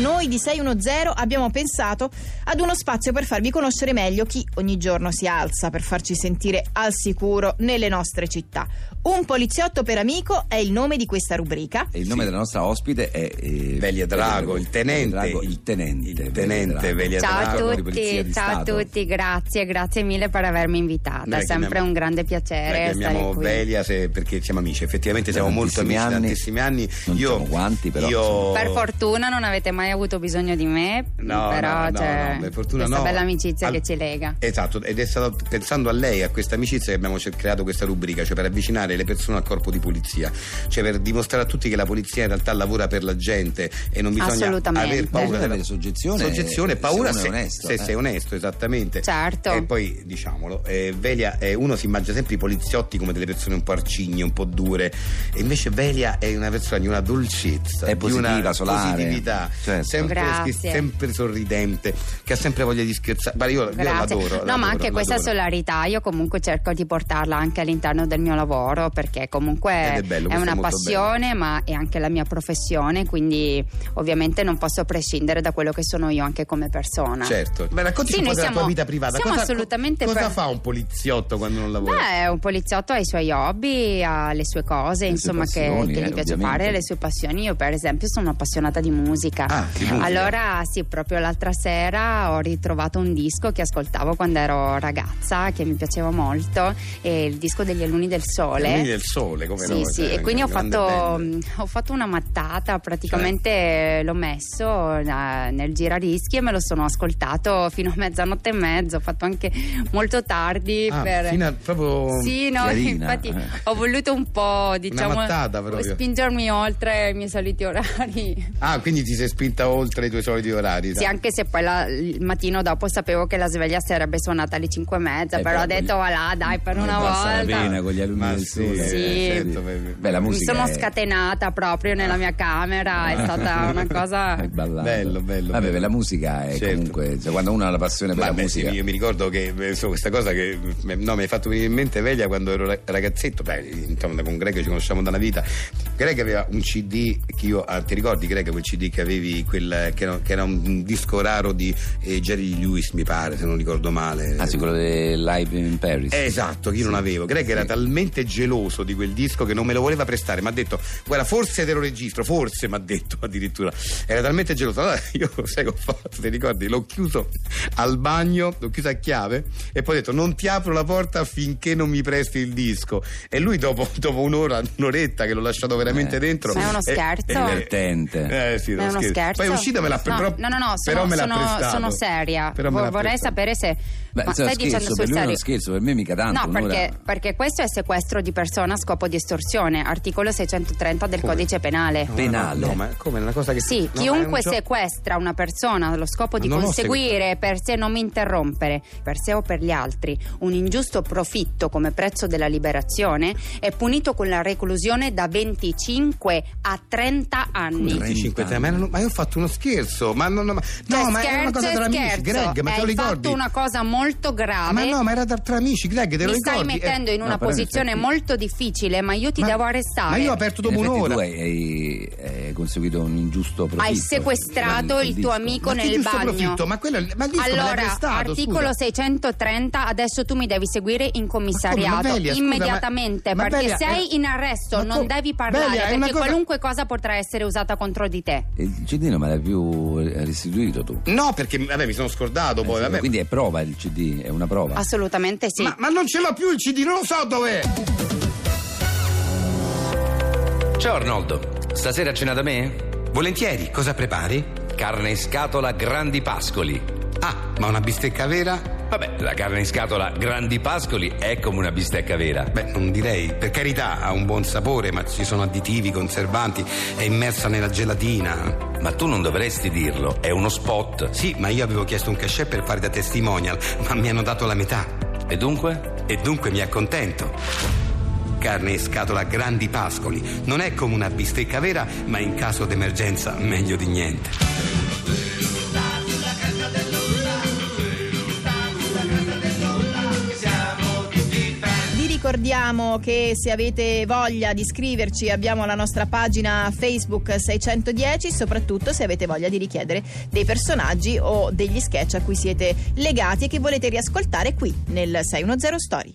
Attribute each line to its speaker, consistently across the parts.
Speaker 1: Noi di 610 abbiamo pensato ad uno spazio per farvi conoscere meglio chi ogni giorno si alza per farci sentire al sicuro nelle nostre città. Un poliziotto per amico è il nome di questa rubrica.
Speaker 2: E il nome della nostra ospite è eh,
Speaker 3: Velia Drago, il tenente.
Speaker 2: Velia Drago, il tenente.
Speaker 3: Il tenente Velia
Speaker 4: Ciao
Speaker 3: Drago.
Speaker 4: a
Speaker 2: di Polizia
Speaker 4: tutti,
Speaker 2: di
Speaker 4: ciao a
Speaker 2: Stato.
Speaker 4: tutti, grazie, grazie mille per avermi invitata,
Speaker 3: Noi
Speaker 4: è sempre
Speaker 3: chiamiamo-
Speaker 4: un grande piacere
Speaker 3: Noi
Speaker 4: stare
Speaker 3: chiamiamo
Speaker 4: qui.
Speaker 3: Velia se- perché siamo amici, effettivamente
Speaker 2: Da
Speaker 3: siamo molto amici
Speaker 2: tantissimi
Speaker 3: da
Speaker 2: anni.
Speaker 3: tantissimi
Speaker 2: Non
Speaker 3: anni. io,
Speaker 2: siamo guanti, però,
Speaker 3: Io,
Speaker 4: Per fortuna non avete mai avuto bisogno di me,
Speaker 3: No,
Speaker 4: però
Speaker 3: no, no,
Speaker 4: c'è
Speaker 3: no, per fortuna
Speaker 4: questa
Speaker 3: no.
Speaker 4: bella amicizia
Speaker 3: Al-
Speaker 4: che ci lega.
Speaker 3: Esatto, ed è stato pensando a lei, a questa amicizia, che abbiamo cer- creato questa rubrica, cioè per avvicinare le persone al corpo di polizia, cioè per dimostrare a tutti che la polizia in realtà lavora per la gente e non bisogna
Speaker 4: Assolutamente.
Speaker 3: aver
Speaker 2: Paura
Speaker 3: paura della
Speaker 2: avere soggezione.
Speaker 3: soggezione,
Speaker 2: eh,
Speaker 3: paura
Speaker 2: se
Speaker 3: se,
Speaker 2: uno è onesto.
Speaker 3: se
Speaker 2: eh.
Speaker 3: sei onesto, esattamente.
Speaker 4: Certo.
Speaker 3: E poi diciamolo, eh, Velia eh, uno si immagina sempre i poliziotti come delle persone un po' arcigne, un po' dure, e invece Velia è una persona di una dolcezza,
Speaker 2: È
Speaker 3: di
Speaker 2: positiva,
Speaker 3: una
Speaker 2: solare.
Speaker 3: positività,
Speaker 2: Certo.
Speaker 3: sempre,
Speaker 4: Grazie.
Speaker 3: schi- sempre sorridente, che ha sempre voglia di scherzare. Ma io, io
Speaker 4: Grazie.
Speaker 3: l'adoro.
Speaker 4: no,
Speaker 3: l'adoro,
Speaker 4: ma anche questa
Speaker 3: l'adoro.
Speaker 4: solarità io comunque cerco di portarla anche all'interno del mio lavoro perché comunque
Speaker 3: Ed è bello, questo è
Speaker 4: una
Speaker 3: molto
Speaker 4: passione, ma è anche la mia professione, quindi ovviamente non posso prescindere da quello che sono io anche come persona.
Speaker 3: Certo, ma raccontaci
Speaker 4: Sì,
Speaker 3: un po' della
Speaker 4: noi
Speaker 3: tua
Speaker 4: siamo-
Speaker 3: vita privata.
Speaker 4: siamo
Speaker 3: cosa,
Speaker 4: assolutamente
Speaker 3: cosa
Speaker 4: per-
Speaker 3: fa un poliziotto quando non lavora?
Speaker 4: Beh, un poliziotto ha i suoi hobby, ha le sue cose,
Speaker 2: Le sue
Speaker 4: insomma, che-
Speaker 2: passioni,
Speaker 4: che,
Speaker 2: eh,
Speaker 4: gli piace
Speaker 2: ovviamente.
Speaker 4: fare, le sue passioni. Io, per esempio, sono appassionata di musica.
Speaker 3: Ah, di musica.
Speaker 4: Allora, sì, proprio l'altra sera ho ritrovato un disco che ascoltavo quando ero ragazza, che mi piaceva molto, è il disco degli Alunni del Sole.
Speaker 3: Alunni del Sole, come
Speaker 4: sì,
Speaker 3: no?
Speaker 4: sì,
Speaker 3: Cioè,
Speaker 4: e quindi ho
Speaker 3: grande
Speaker 4: fatto,
Speaker 3: band. Certo.
Speaker 4: mh, ho fatto una mattata, praticamente eh, l'ho messo eh, nel girarischi e me lo sono ascoltato fino a mezzanotte e mezzo, ho fatto anche molto tardi
Speaker 3: Ah,
Speaker 4: per...
Speaker 3: fino a- proprio
Speaker 4: Sì, no,
Speaker 2: chiarina,
Speaker 4: infatti cioè,
Speaker 2: eh.
Speaker 4: ho voluto un po', diciamo,
Speaker 3: mattata proprio.
Speaker 4: spingermi oltre i miei soliti orari.
Speaker 3: Ah, quindi ti sei spinta oltre i tuoi soliti orari.
Speaker 4: Sì, anche se poi la- il mattino dopo sapevo che la sveglia sarebbe suonata alle 5 e mezza,
Speaker 2: Eh,
Speaker 4: però ho
Speaker 2: però Eh,
Speaker 4: detto,
Speaker 2: voglio-
Speaker 4: va là, dai, per
Speaker 2: Non
Speaker 4: una
Speaker 2: passa la
Speaker 4: volta.
Speaker 2: pena con gli alunni
Speaker 3: Ma
Speaker 2: del
Speaker 3: sì,
Speaker 2: sole.
Speaker 4: Sì.
Speaker 3: certo, beh, beh.
Speaker 2: Beh, la
Speaker 4: Mi
Speaker 2: musica
Speaker 4: sono
Speaker 2: è-
Speaker 4: scatenata proprio nella mia camera, è stata una cosa...
Speaker 2: Hai ballato.
Speaker 3: Bello, bello,
Speaker 2: Vabbè,
Speaker 3: bello.
Speaker 2: beh, la musica è
Speaker 3: Certo.
Speaker 2: comunque. cioè, quando uno ha la passione per
Speaker 3: Ma
Speaker 2: la
Speaker 3: beh, sì,
Speaker 2: musica.
Speaker 3: io mi ricordo che eh, so, questa cosa che eh, no, mi hai fatto venire in mente veglia quando ero ra- ragazzetto, beh, insomma, con Greg ci conosciamo da una vita. Greg aveva un CD che io ah, ti ricordi Greg quel CD che avevi quel, che, era, che era un disco raro di eh, Jerry Lewis, mi pare, se non ricordo male.
Speaker 2: Ah, sì, quello del Live in Paris.
Speaker 3: Eh, Esatto, che io non
Speaker 2: Sì.
Speaker 3: avevo. Greg era
Speaker 2: Sì.
Speaker 3: talmente geloso di quel disco che non me lo voleva prestare. Mi ha detto, guarda, forse te lo registro, forse mi ha detto addirittura. Era talmente geloso. Allora io, sai che ho fatto, ti ricordi? L'ho chiuso al bagno, l'ho chiuso a chiave e poi ho detto, non ti apro la porta finché non mi presti il disco. E lui dopo, dopo un'ora, un'oretta che l'ho lasciato veramente
Speaker 2: Eh,
Speaker 3: dentro.
Speaker 4: Ma è uno
Speaker 3: eh,
Speaker 4: scherzo?
Speaker 3: eh,
Speaker 2: Divertente.
Speaker 3: Eh, sì,
Speaker 4: Ma è uno scherzo.
Speaker 3: Poi è uscita me l'ha
Speaker 4: no,
Speaker 3: però,
Speaker 4: no, no, no, sono,
Speaker 3: però me l'ha
Speaker 4: sono-
Speaker 3: prestato.
Speaker 4: sono seria.
Speaker 3: Però me
Speaker 4: Vo-
Speaker 3: l'ha
Speaker 4: vorrei
Speaker 3: prestato.
Speaker 4: sapere se.
Speaker 2: Beh,
Speaker 4: ma
Speaker 2: insomma,
Speaker 4: stai dicendo
Speaker 2: scherzo,
Speaker 4: sul
Speaker 2: per lui è
Speaker 4: serio?
Speaker 2: uno scherzo, per me mica tanto,
Speaker 4: No,
Speaker 2: un'ora.
Speaker 4: perché, perché questo è sequestro di persona a scopo di estorsione, articolo 630 del
Speaker 3: Come?
Speaker 4: codice penale.
Speaker 3: No,
Speaker 2: Penale.
Speaker 3: No, ma come? È una cosa che
Speaker 4: Sì,
Speaker 3: no, ma è un
Speaker 4: chiunque
Speaker 3: gio-
Speaker 4: sequestra una persona allo scopo
Speaker 3: Ma
Speaker 4: di
Speaker 3: non l'ho
Speaker 4: conseguire per sé non mi interrompere, per sé o per gli altri, un ingiusto profitto come prezzo della liberazione è punito con la reclusione da 25 a 30 anni.
Speaker 2: 30.
Speaker 3: 25 cioè, ma, non- ma io ho fatto uno scherzo ma non- no, ma,
Speaker 4: Cioè,
Speaker 3: no, ma
Speaker 4: scherzo,
Speaker 3: era una cosa tra
Speaker 4: e
Speaker 3: amici
Speaker 4: scherzo. Eh,
Speaker 3: Greg ma te lo
Speaker 4: Hai
Speaker 3: ricordi
Speaker 4: fatto una cosa molto grave.
Speaker 3: ma no ma era tra, tra amici Greg te lo
Speaker 4: mi
Speaker 3: ricordi Eh,
Speaker 4: stai mettendo in
Speaker 2: No,
Speaker 4: una
Speaker 2: però in
Speaker 4: posizione
Speaker 2: effetti-
Speaker 4: molto difficile, ma io ti
Speaker 3: Ma-
Speaker 4: devo arrestare.
Speaker 3: ma io ho aperto dopo
Speaker 2: In effetti
Speaker 3: un'ora
Speaker 2: tu hai, hai- hai conseguito un ingiusto profitto.
Speaker 4: Hai sequestrato
Speaker 2: Col
Speaker 4: il
Speaker 2: disco.
Speaker 4: tuo amico
Speaker 3: Ma che
Speaker 4: nel
Speaker 3: giusto
Speaker 4: bagno.
Speaker 3: profitto? Ma quello- ma il disco me l'hai
Speaker 4: allora,
Speaker 3: prestato,
Speaker 4: articolo
Speaker 3: scusa.
Speaker 4: 630, adesso tu mi devi seguire in
Speaker 3: Ma
Speaker 4: commissariato
Speaker 3: come? Ma Velia, scusa,
Speaker 4: immediatamente
Speaker 3: ma- ma
Speaker 4: perché
Speaker 3: Velia,
Speaker 4: sei
Speaker 3: è-
Speaker 4: in arresto,
Speaker 3: ma
Speaker 4: non
Speaker 3: come?
Speaker 4: devi parlare
Speaker 3: Velia, è una
Speaker 4: perché
Speaker 3: cosa-
Speaker 4: qualunque cosa potrà essere usata contro di te.
Speaker 2: Il CD non me l'hai più restituito tu.
Speaker 3: no perché vabbè mi sono scordato
Speaker 5: Eh,
Speaker 3: poi vabbè.
Speaker 2: Quindi è prova il CD, è una prova.
Speaker 4: Assolutamente sì.
Speaker 3: ma, ma non ce l'ho più il cd non lo so dov'è
Speaker 5: Ciao Arnoldo, stasera a cena da me? Volentieri, cosa prepari? Carne in scatola Grandi Pascoli. Ah, ma una bistecca vera? Vabbè, la carne in scatola Grandi Pascoli è come una bistecca vera.
Speaker 6: Beh, non direi, per carità ha un buon sapore, ma ci sono additivi, conservanti, è immersa nella gelatina.
Speaker 5: Ma tu non dovresti dirlo, è uno spot.
Speaker 6: Sì, ma io avevo chiesto un cachet per fare da testimonial, ma mi hanno dato la metà.
Speaker 5: E dunque?
Speaker 6: E dunque mi accontento. Carne e scatola grandi pascoli. Non è come una bistecca vera, ma in caso d'emergenza meglio di niente.
Speaker 1: Vi ricordiamo che se avete voglia di scriverci abbiamo la nostra pagina Facebook 610, soprattutto se avete voglia di richiedere dei personaggi o degli sketch a cui siete legati e che volete riascoltare qui nel 610 Story.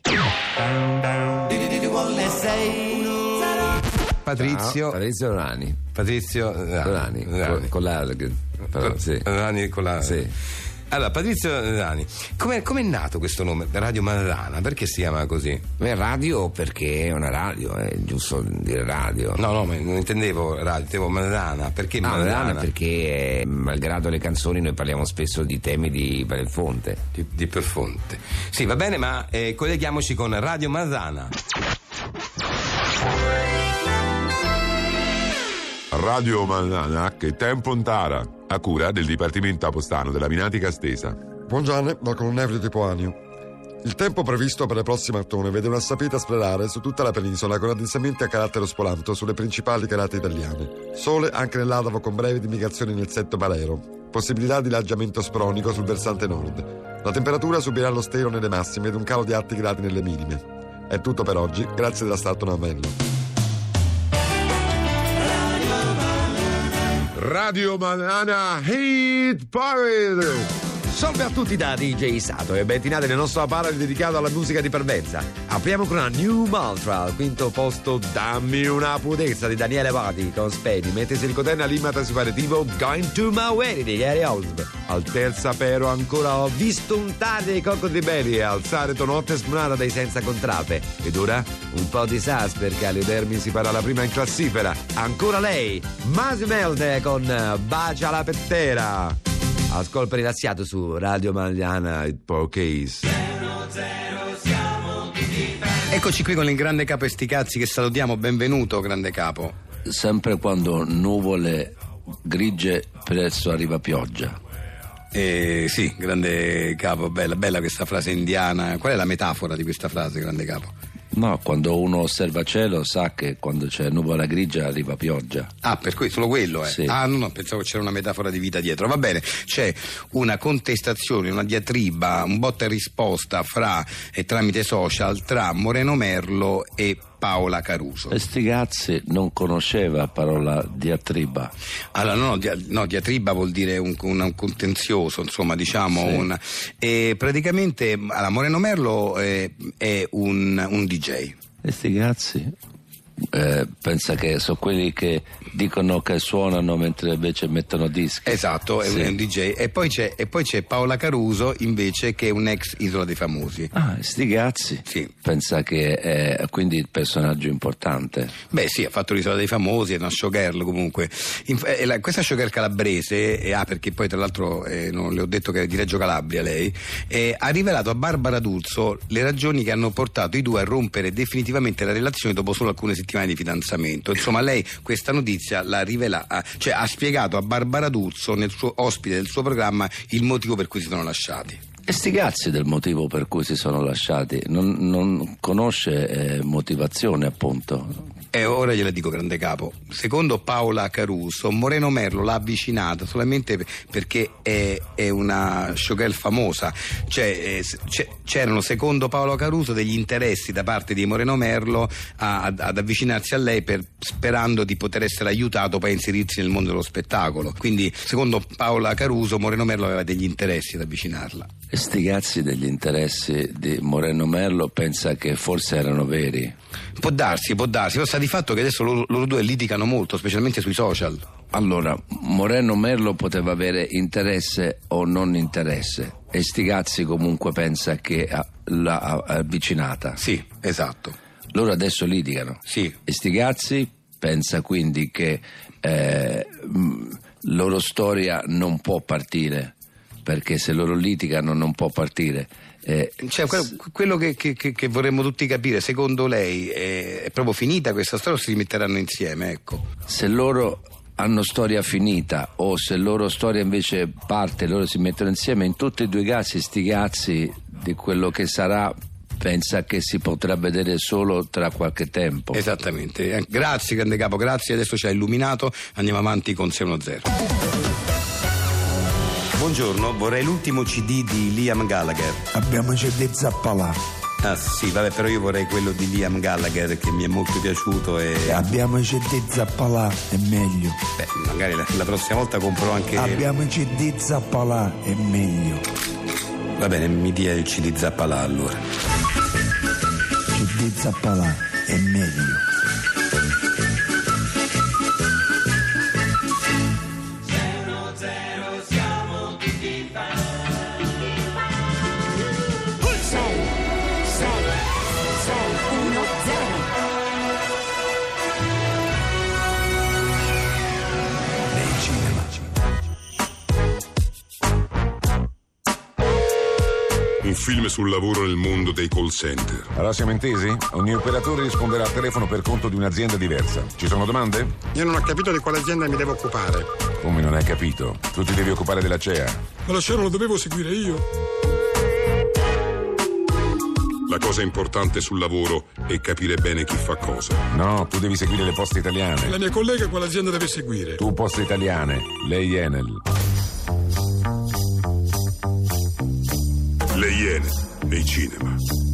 Speaker 3: Patrizio.
Speaker 2: Patrizio Rani.
Speaker 3: Patrizio
Speaker 2: Rani.
Speaker 3: Rani.
Speaker 2: Con, con la... però, sì.
Speaker 3: Rani Ah. con la-
Speaker 2: Sì.
Speaker 3: Allora, Patrizio Rani, com'è, com'è nato questo nome? Radio Madrana, perché si chiama così?
Speaker 2: Beh, radio perché è una radio, è giusto dire radio.
Speaker 3: No, no, ma non intendevo radio, intendevo Madrana, perché
Speaker 2: Ah,
Speaker 3: Madrana?
Speaker 2: Madrana perché eh, malgrado le canzoni noi parliamo spesso di temi di Belfonte.
Speaker 3: Di, di Perfonte. Sì, va bene, ma eh, colleghiamoci con Radio Madrana.
Speaker 7: Radio Manana che tempo ontara, a cura del Dipartimento Apostano della Minatica Stesa.
Speaker 8: Buongiorno dal colonnevole di Poanio. Il tempo previsto per le prossime mattone vede una sapita splenare su tutta la penisola con addensamenti a carattere ospolanto sulle principali calate italiane. Sole anche nell'Adavo con brevi dimigrazioni nel setto balero. Possibilità di laggiamento spronico sul versante nord. La temperatura subirà lo stero nelle massime ed un calo di alti gradi nelle minime. È tutto per oggi, grazie della Stato Namello.
Speaker 7: Radio Manana Hit Parade!
Speaker 9: Salve a tutti da DJ Sato e bentornati nel nostro apparecchio dedicato alla musica di parvenza. Apriamo con la New Mantra, al quinto posto Dammi una putezza di Daniele Vati con Spedi, mentre si ricoterna l'imata separativo Going to my wedding di Gary Osb. Al terza pero ancora ho visto un tardi dei Cocco di Belli e alzare tonotte smunata dai senza contrape. Ed ora un po' di sas perché alle Dermi si farà la prima in classifica. Ancora lei, Masi Melde con eh, Bacia la pettera. Ascolta rilassato su Radio Magliana e Podcast.
Speaker 3: Eccoci qui con il grande capo Esticazzi che salutiamo, benvenuto grande capo.
Speaker 2: Sempre quando nuvole grigie presto arriva pioggia.
Speaker 3: Eh, sì, grande capo, bella, bella questa frase indiana. Qual è la metafora di questa frase, grande capo?
Speaker 2: No, quando uno osserva cielo sa che quando c'è nuvola grigia arriva pioggia.
Speaker 3: Ah, per cui solo quello, eh.
Speaker 2: Sì.
Speaker 3: Ah, no, no, pensavo c'era una metafora di vita dietro. Va bene, c'è una contestazione, una diatriba, un botta e risposta fra e tramite social tra Moreno Merlo e Paola Caruso.
Speaker 2: E Stigazzi non conosceva parola diatriba.
Speaker 3: Allora, no, dia- no, diatriba vuol dire un, un- un contenzioso, insomma, diciamo.
Speaker 2: Sì.
Speaker 3: un- e praticamente allora, Moreno Merlo eh, è un, un DJ.
Speaker 2: E Stigazzi eh, pensa che sono quelli che dicono che suonano mentre invece mettono dischi.
Speaker 3: Esatto, è un-
Speaker 2: Sì.
Speaker 3: è un DJ. E poi, c'è, e poi c'è Paola Caruso invece che è un ex Isola dei Famosi.
Speaker 2: Ah, Stigazzi.
Speaker 3: Sì.
Speaker 2: Pensa che è quindi il personaggio importante.
Speaker 3: Beh sì, ha fatto l'isola dei famosi, è una showgirl comunque. Inf- eh, la- questa showgirl calabrese, eh, ah perché poi tra l'altro eh, non le ho detto che è di Reggio Calabria lei, eh, ha rivelato a Barbara D'Urso le ragioni che hanno portato i due a rompere definitivamente la relazione dopo solo alcune settimane di fidanzamento. Insomma lei questa notizia la rivela, ah, cioè ha spiegato a Barbara D'Urso, nel suo ospite del suo programma, il motivo per cui si sono lasciati.
Speaker 2: E sti cazzi del motivo per cui si sono lasciati, non, non conosce eh, motivazione appunto.
Speaker 3: E ora gliela dico, grande capo. Secondo Paola Caruso, Moreno Merlo l'ha avvicinata solamente per- perché è, è una showgirl famosa. Cioè, eh, s- c'è- c'erano, secondo Paola Caruso, degli interessi da parte di Moreno Merlo a- ad, ad avvicinarsi a lei per- sperando di poter essere aiutato poi a inserirsi nel mondo dello spettacolo. Quindi, secondo Paola Caruso, Moreno Merlo aveva degli interessi ad avvicinarla.
Speaker 2: E sti cazzi degli interessi di Moreno Merlo pensa che forse erano veri.
Speaker 3: Può darsi, può darsi, però sta di fatto che adesso loro- loro due litigano molto, specialmente sui social.
Speaker 2: Allora, Moreno Merlo poteva avere interesse o non interesse. E sti cazzi comunque pensa che ah, l'ha ah, avvicinata.
Speaker 3: Sì, esatto.
Speaker 2: Loro adesso litigano.
Speaker 3: Sì.
Speaker 2: E Stigazzi pensa quindi che eh, mh, loro storia non può partire, perché se loro litigano non può partire. Eh,
Speaker 3: Cioè, quello, quello che, che- che- che vorremmo tutti capire, secondo lei eh, è, proprio finita questa storia o si rimetteranno insieme? Ecco.
Speaker 2: se loro hanno storia finita o se loro storia invece parte, loro si mettono insieme, in tutti e due i casi Stigazzi di quello che sarà pensa che si potrà vedere solo tra qualche tempo.
Speaker 3: Esattamente. Eh, Grazie, grande capo, grazie. Adesso ci ha illuminato. Andiamo avanti con 610. Buongiorno, vorrei l'ultimo CD di Liam Gallagher.
Speaker 10: Abbiamo certezza a palà.
Speaker 3: Ah sì, vabbè, però io vorrei quello di Liam Gallagher che mi è molto piaciuto e
Speaker 10: Abbiamoci di zappalà, è meglio.
Speaker 3: Ah, beh, Ah, magari la, la prossima volta compro anche.
Speaker 10: Abbiamoci di zappalà, è meglio.
Speaker 3: Va bene, mi dia il CD Zappalà allora.
Speaker 10: Ci di zappalà, è meglio.
Speaker 7: Un film sul lavoro nel mondo dei call center.
Speaker 9: Allora siamo intesi? Ogni operatore risponderà al telefono per conto di un'azienda diversa. Ci sono domande?
Speaker 11: Io non ho capito di quale azienda mi devo occupare.
Speaker 9: Come non hai capito? Tu ti devi occupare della CEA.
Speaker 11: Ma la scena lo dovevo seguire io.
Speaker 7: La cosa importante sul lavoro è capire bene chi fa cosa.
Speaker 9: No, tu devi seguire le poste
Speaker 11: La
Speaker 9: italiane.
Speaker 11: mia collega quale azienda deve seguire.
Speaker 9: Tu poste italiane, lei Enel.
Speaker 7: Le Iene nei cinema.